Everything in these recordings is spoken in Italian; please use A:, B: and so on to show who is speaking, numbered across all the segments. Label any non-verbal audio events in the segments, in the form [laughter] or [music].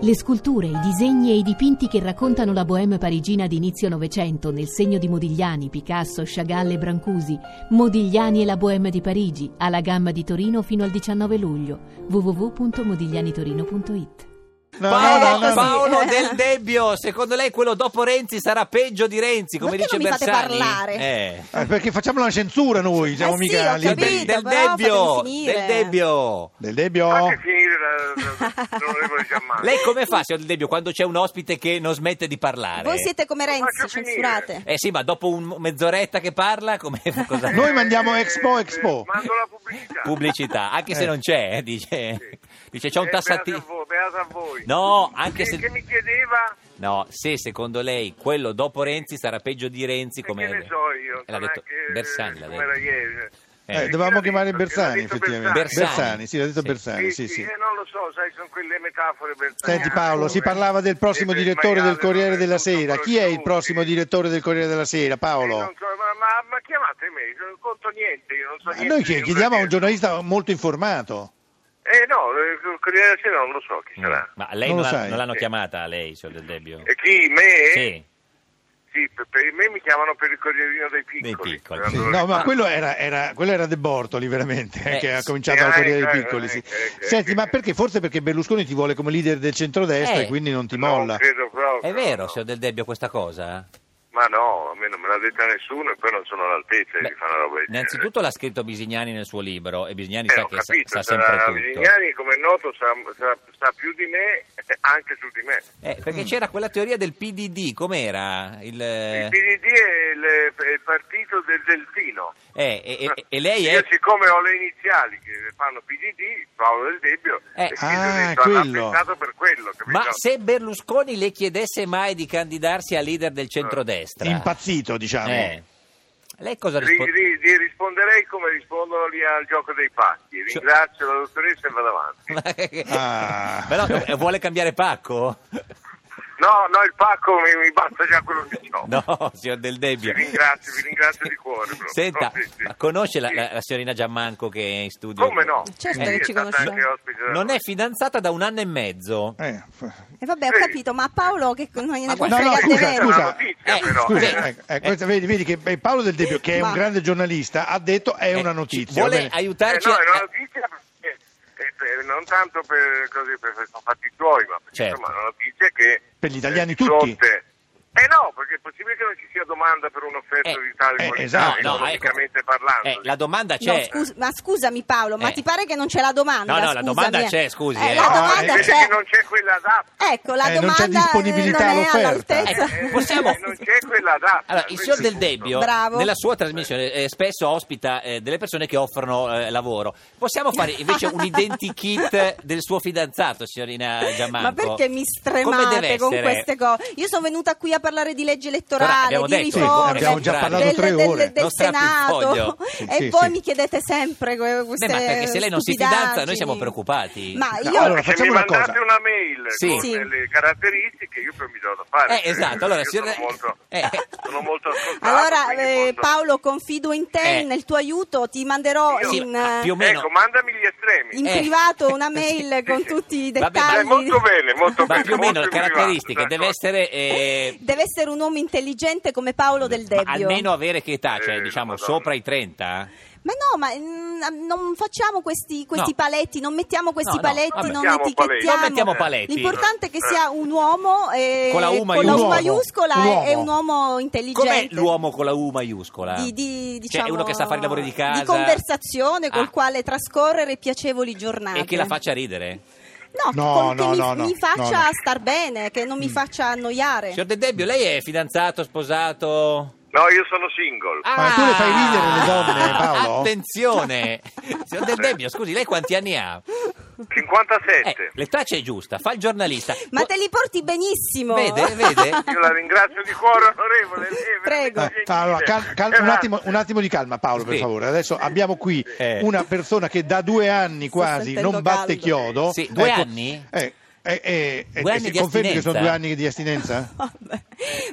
A: Le sculture, i disegni e i dipinti che raccontano la bohème parigina di inizio Novecento nel segno di Modigliani, Picasso, Chagall e Brancusi. Modigliani e la bohème di Parigi, alla gamma di Torino fino al 19 luglio. www.modiglianitorino.it
B: Paolo,
C: Eh, così,
B: Paolo
C: [laughs] eh.
B: Del Debbio, secondo lei quello dopo Renzi sarà peggio di Renzi, come
C: Perché
B: dice
C: non mi fate
B: Bersani?
C: parlare?
B: Eh.
D: Eh, perché facciamo la censura noi, siamo
C: Eh sì,
D: mica
C: ho
D: lì.
B: Del,
C: Capito,
B: del
C: però
B: Debbio,
C: fatemi finire.
B: Del Debbio.
D: Del Debbio?
E: Fate finire la- la- la- l'onorevole Giammanco.
B: Lei come fa, signor Del Debbio, quando c'è un ospite che non smette di parlare?
C: Voi siete come Renzi,
E: Faccio finire.
C: censurate.
B: Eh sì, ma dopo un- mezz'oretta che parla, come [laughs] cosa...
D: Noi mandiamo Expo, Expo.
E: Eh, Mando la pubblicità.
B: Pubblicità, anche se
D: Eh.
B: non c'è, eh, dice,
E: Sì.
B: dice c'è un
E: Eh,
B: tassativo.
E: Beata a voi, beata a voi.
B: No, anche
E: Che-
B: se...
E: Che mi chiedeva...
B: No, se secondo lei quello dopo Renzi sarà peggio di Renzi,
E: eh,
B: come
E: che ne so io.
B: l'ha
E: non è
B: detto
E: che-
B: Bersani. l'ha
E: come
B: detto.
E: era ieri.
B: Eh,
D: Eh,
E: Chi
D: dovevamo
E: l'ha
D: chiamare
E: detto?
D: Bersani,
E: Chi l'ha detto
D: effettivamente.
B: Bersani.
D: Bersani, sì, l'ha detto
B: Sì.
D: Bersani, sì, sì.
E: eh, non lo so, sai, sono quelle metafore bersaniane.
D: Senti Paolo, si parlava del prossimo
E: Eh,
D: direttore
E: maiale,
D: del Corriere
E: non è
D: della
E: tutto
D: Sera. Chi è il
E: conosciuto,
D: prossimo
E: sì.
D: direttore del Corriere della Sera,
E: Eh,
D: Paolo?
E: non so, ma, ma- ma chiamate me, non conto niente, io non so
D: Ma Ah,
E: niente.
D: Noi
E: di
D: chied-
E: un
D: chiediamo a un
E: Corriere.
D: giornalista molto informato.
E: Eh no, eh, il Corriere della Sera non Eh. lo so chi sarà.
B: Mm, Ma lei
D: Non
B: non,
D: lo
B: l'ha-
D: sai.
B: non l'hanno chiamata, lei, signor Del Debbio?
E: E chi? Me?
B: Sì.
E: Sì, per, per me mi chiamano per il Corrierino dei Piccoli.
B: Dei piccoli,
E: Allora,
D: Sì,
B: Allora,
D: no, ma
E: ah,
D: quello era, era- quello era De Bortoli, veramente,
B: Eh,
D: che ha
B: sì.
D: cominciato
E: Eh,
D: a Corriere
E: eh,
D: dei Piccoli. sì.
E: eh, eh,
D: Senti,
E: eh,
D: ma
E: eh.
D: perché? Forse perché Berlusconi ti vuole come leader del centrodestra
B: Eh.
D: e quindi non ti
E: non
D: molla.
E: credo proprio,
B: È vero,
E: no.
B: signor Del Debbio, questa cosa?
E: Ma no, a me non me l'ha detta nessuno e poi non sono all'altezza
B: Beh,
E: di fare una roba del genere.
B: innanzitutto l'ha scritto Bisignani nel suo libro e Bisignani
E: Eh,
B: sa
E: ho
B: che sa,
E: capito,
B: sa
E: sarà-
B: sempre tutto.
E: Vignani, come è noto, sa, sa- sa più di me [laughs] e anche su di me.
B: Eh, perché
D: Mm.
B: c'era quella teoria del PDD, com'era? Il,
E: Il PDD è il, è il partito del delfino.
B: eh, e, e- e lei è...
E: Io, siccome ho le iniziali che fanno PDD, Paolo del Debbio,
B: Eh.
E: e quindi
D: Ah,
E: ho detto, "Ah, ha
D: quello.
E: pensato per quello, capito?
B: Ma se Berlusconi le chiedesse mai di candidarsi a leader del centrodestra?
D: Impazzito, diciamo.
B: Eh. Lei cosa
E: Ri-
B: risponde?
E: ri- ri- risponderei come rispondono lì al gioco dei pacchi.
B: Cioè-
E: Ringrazio la dottoressa e vado avanti.
D: Ah.
B: [laughs] Però eh, vuole cambiare pacco?
E: No, no, il pacco mi, mi basta già quello che ho.
B: No, signor Del Debbio.
E: Vi ringrazio, vi ringrazio di cuore, proprio.
B: Senta,
E: [laughs]
B: eh,
E: Sì, sì.
B: ma conosce la,
E: Sì.
B: la- la signorina Giammanco che è in studio? Eh,
E: Come no?
C: Certo
E: Sì,
C: che
E: è
C: ci
E: stata
C: conosciamo.
E: anche ospite da
B: Non
E: noi.
B: è fidanzata da un anno e mezzo.
D: Eh.
C: E vabbè, ho
E: Sì.
C: capito, ma Paolo che non gliene può
D: no, no,
C: fregare
D: scusa,
C: niente.
D: scusa.
E: È una notizia,
B: Eh,
E: però.
B: scusi.
D: Scusa,
E: Eh,
D: ecco, ecco, questa- vedi, vedi che eh, Paolo Del Debbio, che è
C: Ma-
D: un grande giornalista, ha detto è
B: Eh,
D: una
B: ci-
D: notizia. va
B: Vuole
D: bene? Ah,
E: eh,
B: aiutarci
E: no, è
B: a-
E: una notizia perché, eh, per- non tanto per, così, per, per sono fatti tuoi, ma perché,
B: Certo.
E: insomma è una notizia che...
D: Per gli italiani
E: eh,
D: tutti.
E: fronte- Eh no, perché è possibile che non ci sia domanda per un'offerta
B: Eh,
E: di tale
D: eh,
E: qualità,
D: esatto.
B: No, no, ecco.
E: economicamente parlando.
B: Eh, la domanda
C: No,
B: c'è.
C: scus- ma scusami Paolo, ma
B: Eh.
C: ti pare che non c'è la domanda?
B: No, no, la
C: Scusami,
B: domanda
C: eh.
B: c'è, scusi,
C: Eh,
B: eh.
C: La
D: Ah,
C: domanda
E: Invece
C: c'è.
E: che non c'è quella data.
C: Ecco, la
D: Eh, non c'è
C: domanda eh,
D: disponibilità
C: non è
D: all'offerta.
C: all'altezza.
B: Eh, [laughs] possiamo-
E: Eh, non c'è quella data.
B: Allora, il signor
E: questo è
B: Del
E: punto.
B: Debbio
C: Bravo.
B: nella sua trasmissione eh, spesso ospita eh, delle persone che offrono eh, lavoro. Possiamo fare invece
C: [laughs]
B: un identikit del suo fidanzato, signorina Giammanco?
C: Ma perché mi
B: Eh, Come deve
C: stremate con
B: essere?
C: queste cose? Io sono venuta qui a parlare di legge elettorale,
B: Abbiamo
C: di
B: detto,
C: riforme,
D: sì, abbiamo già
C: del-
D: parlato tre
C: del, del-
D: ore.
C: del
B: Non strappi il foglio.
C: [laughs] Senato
D: Sì,
C: e
D: sì,
C: voi
D: sì.
C: mi chiedete sempre que- queste
B: Beh, ma perché se lei non si
C: stupidaggini.
B: fidanza, noi siamo preoccupati.
C: Ma
D: No,
C: io
D: allora,
E: Se
D: facciamo
E: mi
D: una
E: mandate
D: cosa.
E: una mail
B: Sì.
E: con
C: Sì.
E: le caratteristiche, io poi mi do da fare.
B: Eh, esatto, allora,
E: Io
B: signor-
E: sono molto,
B: eh.
E: sono
C: [laughs]
E: molto ascoltato.
C: Allora,
E: quindi
C: eh,
E: molto-
C: Paolo, confido in te,
B: Eh.
C: nel tuo aiuto, ti manderò
E: Io-
C: in,
B: Sì, più o meno.
E: Ecco, mandami gli estremi.
C: in
B: Eh.
C: privato una
B: [laughs] Sì,
C: mail
B: sì,
C: con
E: sì.
C: tutti i
B: Vabbè, ma-
C: dettagli.
E: Eh, molto bene, molto
B: Ma
E: bene.
B: più o meno
E: molto
B: le
E: in privato, Ecco.
B: caratteristiche, deve
E: d'accordo.
B: essere eh,
C: Deve essere un uomo intelligente come Paolo Del
B: ma
C: Debbio.
B: almeno avere che età, cioè
E: Eh,
B: diciamo
E: Madonna.
B: sopra i 30?
C: Ma no, ma mm, non facciamo questi, questi
B: No.
C: paletti, non mettiamo questi
B: No, no,
C: paletti,
B: vabbè.
C: non
E: Mettiamo paletti. Eh.
C: etichettiamo.
B: Non mettiamo paletti.
C: L'importante è che sia un uomo eh,
B: Con la U
C: la
B: maiuscola.
C: maiuscola
D: Un uomo.
C: e e un uomo
B: Com'è
C: intelligente.
B: l'uomo con la U maiuscola?
C: Di, di- diciamo,
B: cioè, uno che sa fare i lavori di casa.
C: Di conversazione col
B: Ah,
C: quale trascorrere piacevoli giornate.
B: E che la faccia ridere.
C: No,
D: No,
C: con-
D: no,
C: che mi,
D: no, no,
C: mi faccia
D: no, no.
C: star bene, che non mi faccia annoiare.
B: Mm. Signor De Debbio, lei è fidanzato, sposato?
E: No, io sono single.
B: Ah.
D: Ma tu le fai ridere le donne, eh, Paolo?
C: [laughs]
B: Attenzione! Signor Del Debbio, scusi, lei quanti anni ha?
E: 57.
B: Eh, l'età c'è giusta, fa il giornalista.
C: Ma te li porti benissimo.
B: Vede, vede?
E: Io la ringrazio di cuore,
B: [laughs]
E: onorevole. lei è
C: Prego.
D: Eh,
E: veramente
D: allora,
E: gentile.
D: cal- cal- un,
E: Grazie.
D: attimo, un attimo di calma Paolo per
B: Sì.
D: favore adesso abbiamo qui
B: Eh.
D: una persona che da due anni quasi
C: sentendo
D: non batte
C: caldo.
D: chiodo
B: Sì, due anni?
D: eh, eh, eh,
B: Due
D: eh,
B: anni
D: si
B: di
D: confermi che sono
B: astinenza?
D: due anni di astinenza?
C: [laughs] Vabbè.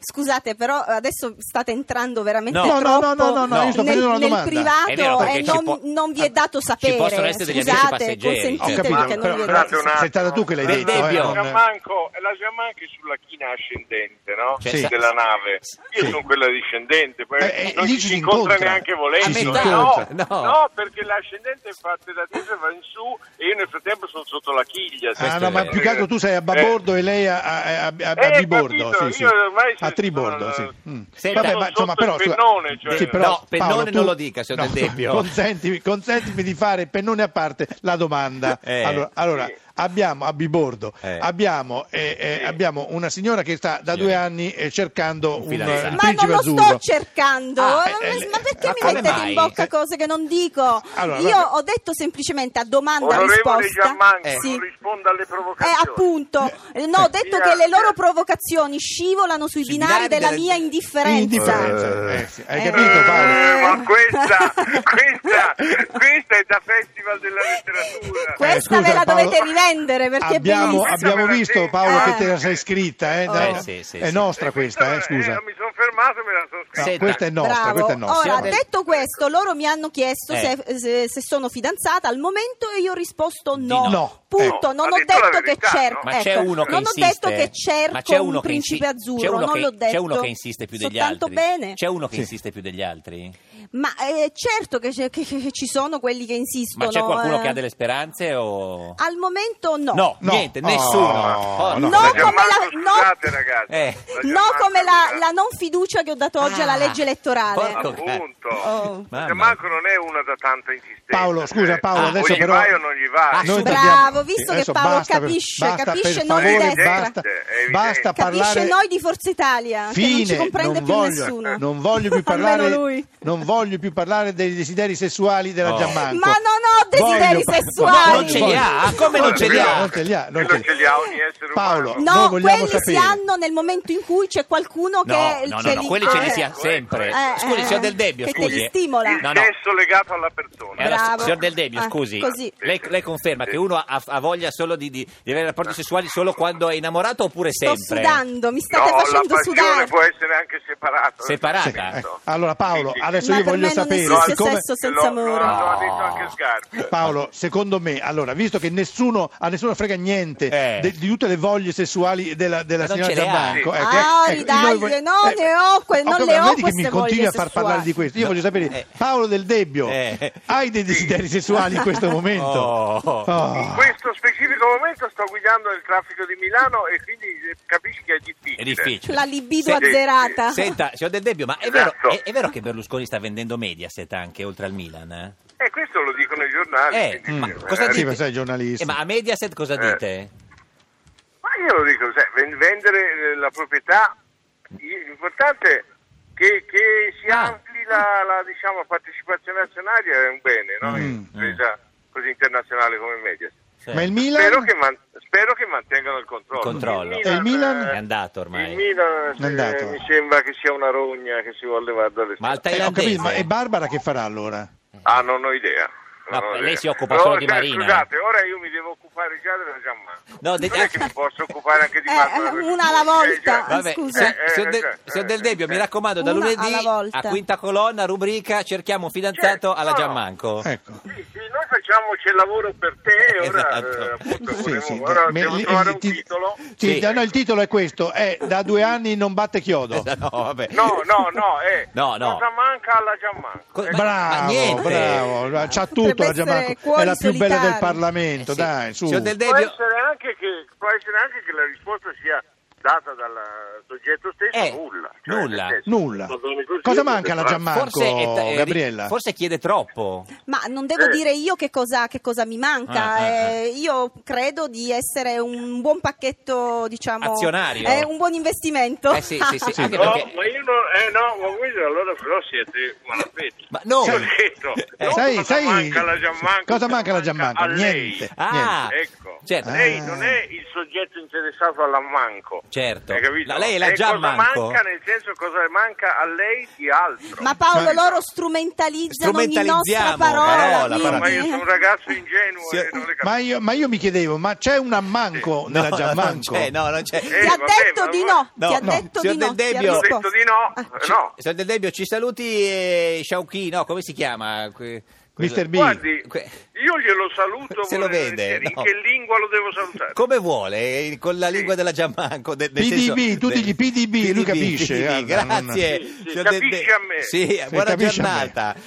C: Scusate, però adesso state entrando veramente
B: No.
D: No, no,
C: troppo
D: no, no, no,
B: no,
D: io sto
C: nel,
D: facendo una
C: nel
D: domanda.
C: privato
B: È vero, perché
C: e
B: ci
C: non,
B: può-
C: non vi è dato sapere.
B: possono essere degli amici
C: Scusate,
B: passeggeri. cioè.
D: Ho
C: consentitemi
B: Sì,
D: capito,
C: che
D: però,
C: non vi è
D: però
C: dato
E: Scusate un attimo.
D: sei stata tu che l'hai
B: Del
D: detto. eh,
B: Debbio.
E: La
D: non-
E: Giammanco, eh, la Giammanco è sulla china ascendente, no?
B: Cioè,
D: Sì.
E: Della nave. Io
D: Sì.
E: sono quella discendente, poi
D: Eh, eh,
E: non
D: lì
E: ci
D: ci
E: si
D: si
E: incontra
D: incontra.
B: Ci
E: neanche
B: si
E: volendo. no,
B: incontra. No.
E: no. perché l'ascendente è fatta da dietro e va in su e io nel frattempo sono sotto la chiglia.
D: Ah,
B: questo
D: no,
B: è
D: ma
B: vero.
D: più che altro tu sei a babordo e lei a, a, a- a- a
E: Eh,
D: bibordo,
E: capito,
D: sì, sì.
E: io ormai
D: a
E: sono-
D: tribordo, sì. Mm.
B: Senta,
D: Vabbè,
E: sono
D: ma insomma,
E: sotto il
D: però, scusa-
E: pennone, cioè.
D: sì, però,
B: No, pennone
D: Paolo, tu-
B: non lo dica,
D: [laughs]
B: signor Del Debbio.
D: Consentimi, consentimi di fare pennone a parte la domanda.
B: Eh.
D: Allora, allora,
E: Sì.
D: abbiamo a bibordo,
B: Eh.
D: abbiamo, eh, eh,
E: Sì.
D: abbiamo una signora che sta da
B: Signori.
D: due anni eh, cercando
B: Un
D: un, eh,
B: fidanzato.
D: il
C: Ma non
D: principe
C: lo
D: azzurro.
C: sto cercando,
B: Ah,
D: eh,
C: ma,
D: eh,
C: ma perché
D: ma
C: mi
D: come Cioè
C: mettete
B: mai?
C: in bocca cose che non dico?
D: Allora,
C: Io
D: vabbè.
C: ho detto semplicemente a domanda
E: Onorevole
C: risposta. Eh.
E: Giammanco,
C: Sì.
E: non risponda alle
C: Eh,
E: provocazioni.
C: appunto, Eh, no, ho detto
E: Via,
C: che le
E: via.
C: loro provocazioni scivolano sui
B: Sui binari
C: binari della
B: della-
C: mia indifferenza.
D: Indifferenza. Eh, sì. Hai
C: Eh.
D: capito Paolo?
E: Eh, ma
C: [laughs]
E: questa, questa, questa è da Festival della Letteratura. Eh,
C: Questa
D: Eh, scusa,
C: ve la
D: Paolo,
C: dovete rivendere perché
D: abbiamo,
C: è bellissima.
D: abbiamo visto Paolo
C: Eh.
D: che te la sei scritta, eh,
C: Oh.
D: dai.
B: Eh, sì, sì,
D: è
B: sì.
D: nostra questa, eh, scusa.
E: mi sono fermato e me la sono
D: No,
E: scritta.
B: Senta.
D: questa è nostra,
C: Bravo.
D: questa è nostra.
C: Ora,
B: Vabbè.
C: detto questo, loro mi hanno chiesto
B: Eh.
C: se, se- se sono fidanzata al momento e io ho risposto
B: Di
C: no.
D: no.
C: Punto,
E: Eh.
C: non
E: Ha
C: ho
E: detto la
C: detto che
E: verità,
C: cerco,
E: no?
B: Ma c'è
C: ecco,
B: uno che
C: non
B: insiste.
C: ho detto che
B: Ma c'è
C: cerco
B: uno
C: un
B: che
C: principe
B: insi- c'è
C: azzurro,
B: uno
C: non
B: che-
C: l'ho detto.
B: C'è uno che insiste più degli
C: Soltanto
B: altri.
C: bene.
B: C'è uno che
D: Sì.
B: insiste più degli altri.
C: Ma eh, certo che, c'è- che- che- che ci sono quelli che insistono.
B: Ma c'è qualcuno
C: eh. Ah,
B: che ha delle speranze o
C: Al momento no.
B: No,
D: No.
B: niente,
D: Oh,
B: nessuno. Porca
D: no.
B: miseria.
C: No,
E: La
C: come
E: Giammanco,
C: la- no.
E: scusate ragazzi.
B: Eh.
E: La
C: No,
E: Giammanco,
C: come la,
D: eh.
E: scusate.
C: la non fiducia che ho dato oggi alla
B: Ah,
C: legge elettorale.
B: porco
E: Appunto.
C: Oh.
B: Mamma.
E: Cioè, Marco non è una da tanta insistenza.
D: Paolo, scusa, Paolo,
E: o
D: adesso
E: gli
D: però-
E: vai o non gli vai?
B: Ah,
D: Noi
B: Bravo,
D: dobbiamo-
C: visto che
D: adesso
C: Paolo
D: basta per-
C: capisce,
D: basta,
C: capisce,
D: per
C: non
D: favore,
C: di destra.
D: Basta,
E: È evidente.
D: basta
C: Capisce
D: parlare
C: noi di Forza Italia, che non ci
D: Fine,
C: comprende
D: non
C: più
D: voglio,
C: nessuno.
D: Non voglio più
C: [laughs] Almeno
D: parlare,
C: lui.
D: non voglio più parlare dei desideri sessuali della
B: Oh.
D: Giammanco.
C: Ma non ho desideri
D: Voglio-
C: sessuali.
B: Ma non ce li ha? Come non ce li ha?
D: Non ce li ha, non
E: Quello
D: ce li ha.
E: ce li ha ogni essere
D: Paolo, No,
E: umano.
D: noi
C: No,
D: vogliamo
C: quelli si
D: sapere.
C: hanno nel momento in cui c'è qualcuno
B: No,
C: che
B: no,
C: che
B: no, no,
C: li-
B: quelli ce li
C: eh,
B: si ha sempre.
C: eh,
B: scusi,
C: eh,
B: signor Del Debbio,
C: che te
B: scusi.
C: li
B: eh.
C: stimola.
E: Il
B: No, no.
E: sesso legato alla persona.
B: Eh, allora,
C: Bravo.
B: signor Del Debbio,
C: Eh,
B: scusi,
C: così.
B: lei, lei conferma che uno ha, ha voglia solo di, di- di avere rapporti sessuali solo quando è innamorato oppure
C: Sto
B: sempre?
C: sudando, mi
E: No,
C: state facendo
E: la passione
C: sudare.
E: può essere anche separata.
B: Separata?
D: Eh,
E: Certo.
D: Allora Paolo,
E: Sì, sì.
D: adesso
C: Ma
D: io
C: per
D: voglio
C: me non
D: sapere,
C: esiste
D: siccome-
C: sesso senza
E: lo,
C: muro.
E: Lo, lo ha detto
B: No.
E: anche Sgarbi.
D: Paolo, secondo me, allora, visto che nessuno, a nessuno frega niente
B: Eh.
D: de- di tutte le voglie sessuali della, della
B: Ma non
D: signora
B: ce le ha.
D: Giammanco,
E: Sì.
C: Ah,
D: ecco,
C: ridaglie,
D: noi vog-
C: no, ne ho que- non
D: proprio-
C: le ho
D: vedi che mi
C: queste
D: continui a
C: voglie
D: far
C: sessuali.
D: parlare di questo. Io voglio sapere,
B: Eh.
D: Paolo Del Debbio,
B: Eh.
D: hai dei desideri sessuali in questo momento?
B: Oh.
E: In
D: Oh.
E: questo specifico momento sto guidando nel traffico di Milano e quindi eh, capisci che è difficile.
B: È difficile.
C: La libido
B: Senta-
C: azzerata.
B: Senta, signor Del Debbio, ma è vero,
E: Esatto.
B: è, è vero che Berlusconi sta vendendo Mediaset anche oltre al Milan? eh?
E: E questo lo dicono i giornali.
B: Eh,
E: quindi,
B: ma
E: eh,
B: cosa
D: Sì,
B: dite?
D: ma sei giornalista.
B: Eh, ma a Mediaset cosa
E: Eh.
B: dite?
E: Ma io lo dico, sai, ven- vendere eh, la proprietà, i- l'importante è che, che si
B: Ah.
E: ampli la, la, diciamo, partecipazione azionaria è un bene, no?
D: Mm.
E: In un'impresa così internazionale come media.
B: Sì.
D: Ma il Milan?
E: Spero che, man- spero che mantengano il controllo.
B: Il controllo.
D: E il Milan?
E: eh,
B: È andato ormai.
E: Il Milan
D: È andato.
E: eh, mi sembra che sia una rogna che si vuole levare dalle
B: Ma al
E: spalle.
D: Eh, ho
B: thailandese?
D: capito, ma e Barbara che farà allora?
E: Ah, non ho idea.
B: Ma
E: Non ho
B: lei
E: idea.
B: si occupa solo di
E: cioè,
B: Marina. eh?
E: Scusate, ora io mi devo occupare già della Giammanco.
B: No, de- eh,
E: non è che mi posso occupare anche di
C: Eh,
E: Marco.
C: una alla volta.
E: Eh, già.
B: Ah, Vabbè,
C: scusa.
B: signor-
E: Eh, eh,
B: signor De-
E: eh,
B: signor
E: eh,
B: Del Debbio,
E: eh.
B: mi raccomando, da
C: Una
B: lunedì
C: alla volta.
B: a quinta colonna, rubrica Cerchiamo un fidanzato
E: Certo,
B: alla
E: no.
B: Giammanco.
D: Ecco.
E: Sì, sì, noi facciamo c'è il lavoro per te e ora
B: Esatto.
E: eh, appunto
D: Sì,
E: volevo-
D: sì,
E: ora
D: me-
E: devo
D: il-
E: trovare
D: il
E: un
D: ti-
E: titolo.
D: sì,
B: Sì.
D: da- no, il titolo è questo, è Da due anni non batte chiodo.
B: [laughs] No, vabbè.
E: No, no, no, eh,
B: No, no.
E: cosa manca alla Giammanco?
B: Co-
E: Eh,
B: ma- ma
D: Bravo,
B: niente.
D: bravo, c'ha tutto
C: Potrebbe
D: la Giammanco,
C: essere cuori
D: è la più bella del
C: solitari.
D: Parlamento,
B: Eh, sì.
D: dai, su.
B: Signor Del
E: può,
B: Debbio,
E: essere anche che, può essere anche che la risposta sia data dal soggetto stesso,
B: Eh,
E: nulla. Cioè,
B: nulla.
E: nel senso,
D: Nulla.
E: padroni così,
D: Cosa manca alla
E: però-
D: Giammanco,
B: forse, è ta- eh, ri-
D: Gabriella?
B: forse chiede troppo.
C: Ma non devo
E: Eh.
C: dire io che cosa, che cosa mi manca.
B: Ah, ah, ah.
C: eh, io credo di essere un buon pacchetto, diciamo.
B: Azionario.
C: eh, un buon investimento.
B: Eh sì, sì, sì, anche
E: No,
B: perché-
E: ma io non, eh no, ma voi allora però siete malafede.
B: Ma no.
E: Io ho detto,
B: Eh,
E: non
D: sai,
E: cosa
D: sai-
E: manca alla Giammanco,
D: cosa manca alla Giammanco?
E: a lei.
D: Niente.
B: Ah,
E: Ecco,
B: certo.
E: lei
D: Ah.
E: non è il soggetto interessato all'ammanco,
B: certo.
E: Hai capito?
B: La- lei l'ha
E: E
B: già
E: cosa
B: manco?
E: manca, nel senso cosa manca a lei di altro.
C: [laughs] Ma Paolo,
D: Cioè-
C: loro strumentalizzano ogni nostra
B: Strumentalizziamo, parola,
C: parola. quindi- eh.
E: Ma io sono un ragazzo ingenuo
B: Sì,
E: e non le capisco.
D: Ma io, ma io mi chiedevo, ma c'è un ammanco nella
B: non
D: Giammanco?
B: c'è, no, non c'è.
E: Eh,
C: Ti ha
E: vabbè,
C: detto
E: ma
C: di
E: voi-
C: no,
B: No,
C: ti ha
B: no.
C: detto
B: Signor
C: di no.
B: Del
C: ti ha
B: Debbio-
E: Ho
C: risposto.
E: detto di no,
C: ah,
E: eh, no.
B: Signor Del Debbio, ci saluti eh, Sciauchi, no, come si chiama? Que- quello-
D: Mr. B.
E: Guardi,
B: Que-
E: io glielo
B: [laughs]
E: saluto
B: Se lo vede,
E: volentieri. in
B: no.
E: che lingua lo devo salutare?
B: Come vuole, eh, con la
E: Sì.
B: lingua della Giammanco. de- nel
D: PDB,
B: senso-
D: tu
B: de-
D: digli PDB, lui capisce, guarda, non-
B: grazie.
E: Sì, sì,
B: signor Del
E: capisce
B: Debbio.
E: a me.
B: Sì,
D: Sì,
B: buona
D: capisce a me.
B: giornata.